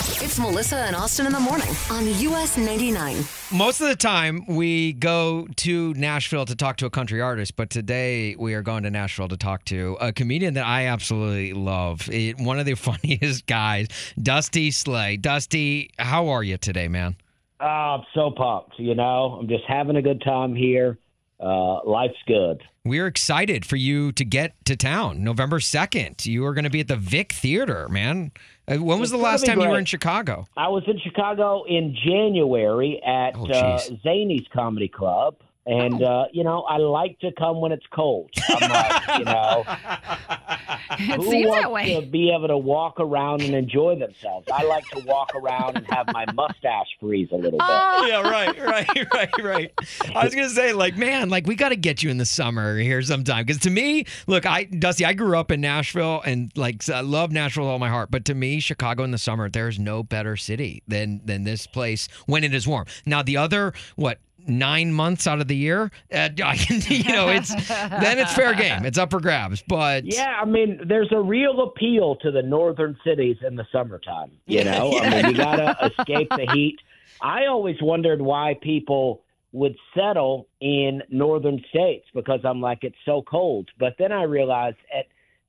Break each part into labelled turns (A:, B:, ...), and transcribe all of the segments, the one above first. A: It's Melissa and Austin in the morning on US 99.
B: Most of the time, we go to Nashville to talk to a country artist, but today we are going to Nashville to talk to a comedian that I absolutely love. It, one of the funniest guys, Dusty Slay. Dusty, how are you today, man?
C: Oh, I'm so pumped. You know, I'm just having a good time here. Uh, life's good.
B: We're excited for you to get to town November 2nd. You are going to be at the Vic Theater, man. Uh, When was
C: It's
B: the
C: gonna
B: last
C: be
B: time you were
C: great.
B: in Chicago?
C: I was in Chicago in January at
B: Oh,
C: uh,
B: jeez.
C: Zany's Comedy Club. And,
D: Oh.
C: uh, you know, I like to come when it's cold. I'm like, you know,
D: It
C: who
D: seems
C: wants
D: that way.
C: to be able to walk around and enjoy themselves? I like to walk around and have my mustache freeze a little bit.
B: yeah, right, right, right, right. I was gonna say, like, man, like we got to get you in the summer here sometime. Because to me, look, I Dusty, I grew up in Nashville, and like I love Nashville with all my heart. But to me, Chicago in the summer, there's no better city than than this place when it is warm. Now the other what. Nine months out of the year, uh, I can, you know, it's then it's fair game. It's up for grabs, but
C: Yeah, I mean, there's a real appeal to the northern cities in the summertime. You know, I mean, you gotta escape the heat. I always wondered why people would settle in northern states because I'm like, it's so cold. But then I realized at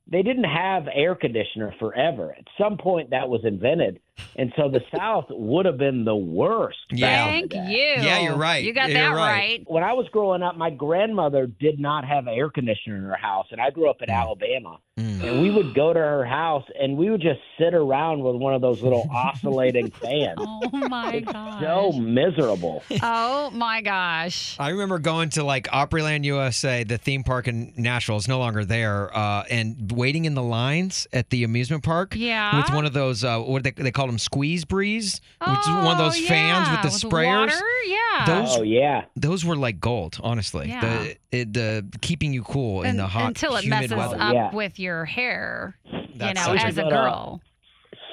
C: they didn't have air conditioner forever. At some point, that was invented, and so the South would have been the worst. back
B: Yeah.
C: in the
D: Thank
C: day.
D: you.
B: Yeah, you're right.
D: You got
B: You're
D: that
B: right.
D: right.
C: When I was growing up, my grandmother did not have air conditioner in her house, and I grew up in Alabama
B: Mm.
C: and we would go to her house and we would just sit around with one of those little oscillating fans.
D: Oh my gosh.
C: So miserable.
D: Oh my gosh.
B: I remember going to like Opryland USA, the theme park in Nashville is no longer there, uh, and waiting in the lines at the amusement park.
D: Yeah.
B: With one of those, uh, what do they, they call them, squeeze breeze, which is one of those
D: Oh,
B: fans with
D: yeah,
B: the sprayers.
D: water? Yeah.
B: Those-
C: Oh yeah.
B: Those were like gold, honestly.
D: Yeah.
B: The, it, the keeping you cool in
D: Un-
B: the hot,
D: until it
B: humid
D: messes
B: weather.
D: up
C: Yeah.
D: with your hair,
B: That's
D: you know,
B: such a
D: as a
C: good-
D: girl.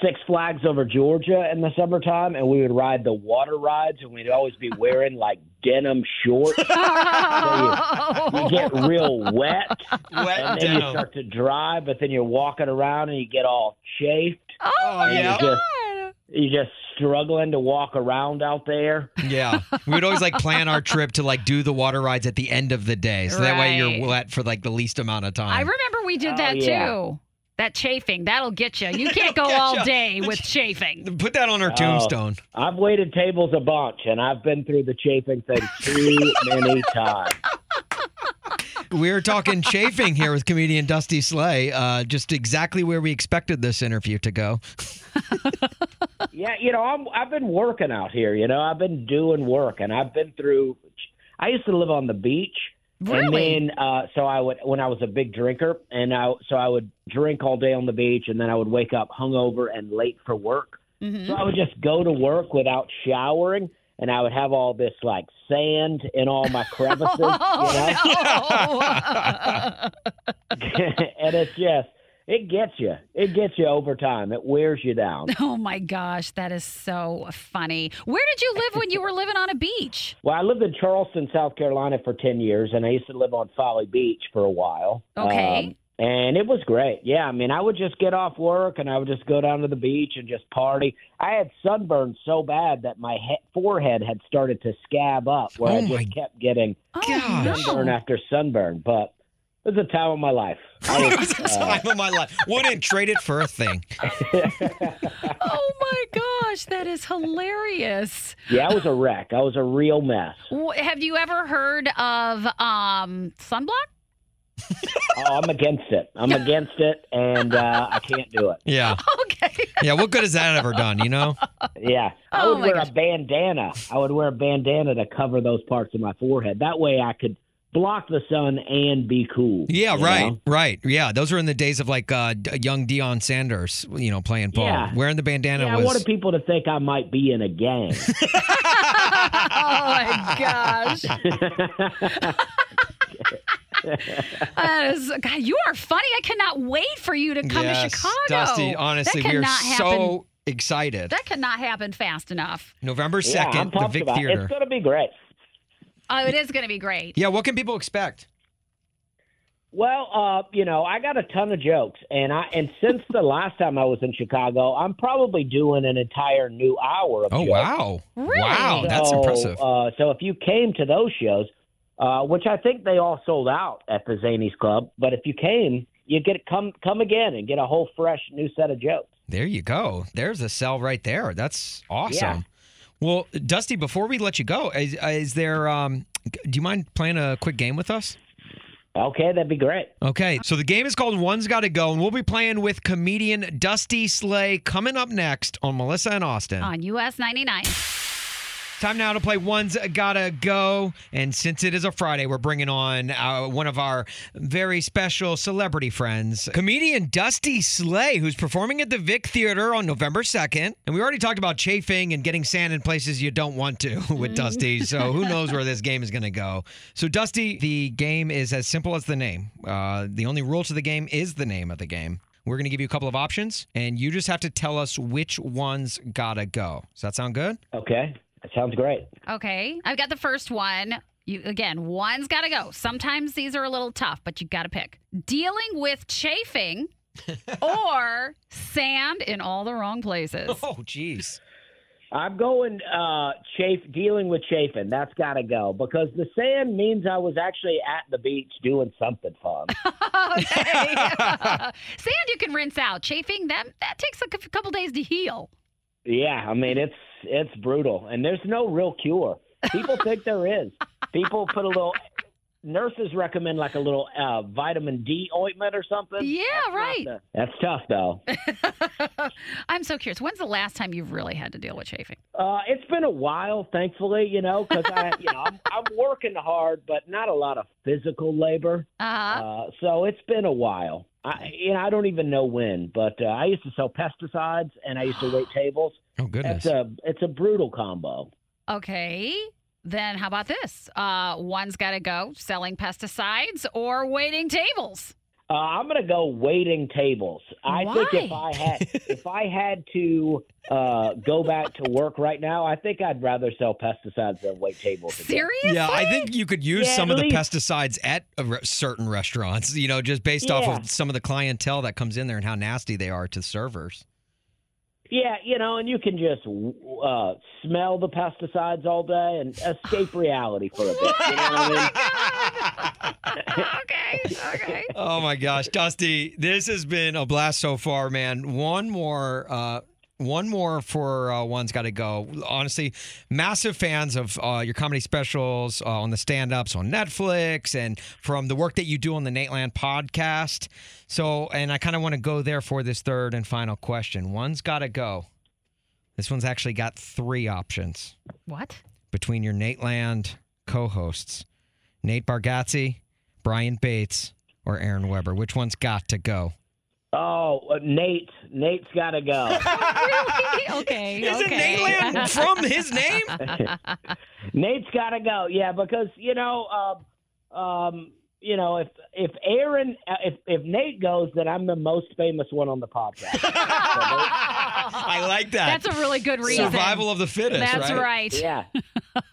C: Six Flags over Georgia in the summertime and we would ride the water rides and we'd always be wearing like denim shorts. You
D: Oh.
C: get real wet
B: Wet
C: and then you start to dry, but then you're walking around and you get all chafed.
D: Oh,
C: yeah.
D: my
C: Just-
D: God.
C: You're just struggling to walk around out there.
B: Yeah. We would always like plan our trip to like do the water rides at the end of the day. So that way
D: Right.
B: you're wet for like the least amount of time.
D: I remember we did
C: Oh,
D: that
C: yeah.
D: too. That chafing, that'll get you. You can't go
B: get
D: all
B: ya.
D: day with chafing.
B: Put that on our
C: Oh.
B: tombstone.
C: I've waited tables a bunch and I've been through the chafing thing too many times.
B: We're talking chafing here with comedian Dusty Slay, uh, just exactly where we expected this interview to go.
C: Yeah, you know, I'm, I've been working out here. You know, I've been doing work, and I've been through. I used to live on the beach,
D: Really?
C: and then uh, so I would when I was a big drinker, and I so I would drink all day on the beach, and then I would wake up hungover and late for work.
D: Mhm.
C: So I would just go to work without showering, and I would have all this like sand in all my crevices, you know,
D: Oh, no.
C: and it's just it gets you, it gets you over time, it wears you down.
D: Oh my gosh, that is so funny. Where did you live when you were living on a beach?
C: Well, I lived in Charleston, South Carolina for 10 years, and I used to live on Folly Beach for a while.
D: Okay.
C: Um, and it was great. Yeah, I mean, I would just get off work and I would just go down to the beach and just party. I had sunburn so bad that my he- forehead had started to scab up, where
B: Oh
C: I
B: my
C: just kept getting
D: Oh,
B: Gosh.
C: sunburn
D: no.
C: after sunburn. But it was a time of my life. I
B: it
C: was,
B: was the
C: uh,
B: time of my life. Wouldn't trade it for a thing.
D: Oh my gosh, that is hilarious.
C: yeah, I was a wreck. I was a real mess.
D: Wh- Have you ever heard of um, sunblock?
C: Oh, I'm against it. I'm against it, and uh, I can't do it.
B: Yeah.
D: Okay.
B: Yeah. What good has that ever done, you know?
C: Yeah. I
D: Oh,
C: would
D: my
C: wear
D: gosh.
C: a bandana. I would wear a bandana to cover those parts of my forehead. That way I could block the sun and be cool.
B: Yeah,
C: you
B: right.
C: know?
B: Right. Yeah. Those were in the days of like uh, d- young Dion Sanders, you know, playing ball.
C: Yeah.
B: Wearing the bandana
C: Yeah, I
B: was.
C: wanted people to think I might be in a gang.
D: Oh my gosh. That is- God, you are funny. I cannot wait for you to come
B: Yes.
D: to Chicago.
B: Dusty, honestly,
D: that
B: we are
D: cannot happen.
B: so excited.
D: That could not happen fast enough.
B: November
C: yeah,
B: 2nd,
C: I'm
B: the
C: pumped
B: Vic
C: about it.
B: Theater.
C: It's going to be great.
D: Oh, it is going to be great.
B: Yeah. What can people expect?
C: Well, uh, you know, I got a ton of jokes, and I and since the last time I was in Chicago, I'm probably doing an entire new hour of
B: Oh
C: jokes.
B: wow!
D: Really?
B: Wow, Oh, that's
C: So,
B: impressive.
C: Uh, so if you came to those shows, uh, which I think they all sold out at the Zanies Club, but if you came, you get come come again and get a whole fresh new set of jokes.
B: There you go. There's a cell right there. That's awesome.
C: Yeah.
B: Well, Dusty, before we let you go, is, is there? Um, do you mind playing a quick game with us?
C: Okay, that'd be great.
B: Okay, so the game is called One's Got to Go, and we'll be playing with comedian Dusty Slay coming up next on Melissa and Austin.
D: on US 99.
B: Time now to play One's Gotta Go. And since it is a Friday, we're bringing on uh, one of our very special celebrity friends, comedian Dusty Slay, who's performing at the Vic Theater on November 2nd. And we already talked about chafing and getting sand in places you don't want to with Dusty. So who knows where this game is going to go. So, Dusty, the game is as simple as the name. Uh, the only rule to the game is the name of the game. We're going to give you a couple of options, and you just have to tell us which one's gotta go. Does that sound good?
C: Okay, that sounds great.
D: Okay. I've got the first one. You again, one's got to go. Sometimes these are a little tough, but you got to pick. Dealing with chafing or sand in all the wrong places.
B: Oh, jeez.
C: I'm going uh, chafe dealing with chafing. That's got to go because the sand means I was actually at the beach doing something fun.
D: Okay. sand you can rinse out. Chafing that that takes a cou- couple days to heal.
C: yeah, I mean it's it's brutal, and there's no real cure. People think there is. People put a little. Nurses recommend like a little uh, vitamin D ointment or something.
D: Yeah, right.
C: That's tough though.
D: I'm so curious. When's the last time you've really had to deal with chafing?
C: Uh, it's been a while, thankfully, you know, because I, you know, I'm, I'm working hard, but not a lot of physical labor.
D: Uh,
C: Uh, so it's been a while. I, you know, I don't even know when, but uh, I used to sell pesticides and I used to wait tables.
B: Oh goodness.
C: It's a it's a brutal combo.
B: Uh.
D: okay. Then how about this? Uh, one's got to go. Selling pesticides or waiting tables.
C: Uh, I'm gonna go waiting tables. I think if
D: Why?
C: I had if I had to uh, go back to work right now, I think I'd rather sell pesticides than wait tables. Again.
D: Seriously?
B: yeah, I think you could use
C: Yeah,
B: some of
C: at
B: the
C: least-
B: pesticides at a re- certain restaurants, you know, just based off
C: Yeah.
B: of some of the clientele that comes in there and how nasty they are to servers.
C: Yeah, you know, and you can just uh, smell the pesticides all day and escape reality for a bit. You know what I mean?
D: okay. Okay.
B: Oh my gosh, Dusty, this has been a blast so far, man. One more uh one more for uh, one's got to go. Honestly, massive fans of uh, your comedy specials uh, on the stand ups on Netflix and from the work that you do on the Nateland podcast. So, and I kind of want to go there for this third and final question. One's got to go. This one's actually got three options
D: What?
B: between your Nate Land co-hosts, Nate Bargatze, Brian Bates, or Aaron Weber? Which one's got to go?
C: Oh, uh, Nate, Nate's got to go.
D: really? Okay. okay.
B: from his name?
C: Nate's got to go. Yeah, because you know, um, um, you know, if if Aaron, uh, if if Nate goes, then I'm the most famous one on the podcast.
B: I like that.
D: That's a really good reason.
B: Survival of the fittest.
D: That's
B: right.
D: right.
C: yeah,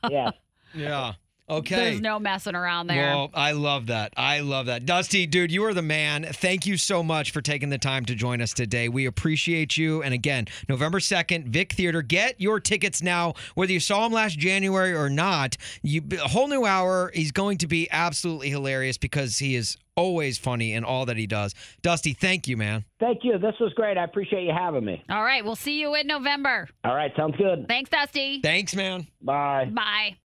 C: yeah.
B: Yeah. Okay.
D: There's no messing around there.
B: Well, I love that. I love that. Dusty, dude, you are the man. Thank you so much for taking the time to join us today. We appreciate you. And again, November 2nd, Vic Theater. Get your tickets now, whether you saw him last January or not. You a whole new hour. He's going to be absolutely hilarious because he is always funny in all that he does. Dusty, thank you, man.
C: Thank you. This was great. I appreciate you having me.
D: All right. We'll see you in November.
C: All right, sounds good.
D: Thanks, Dusty.
B: Thanks, man.
C: Bye.
D: Bye.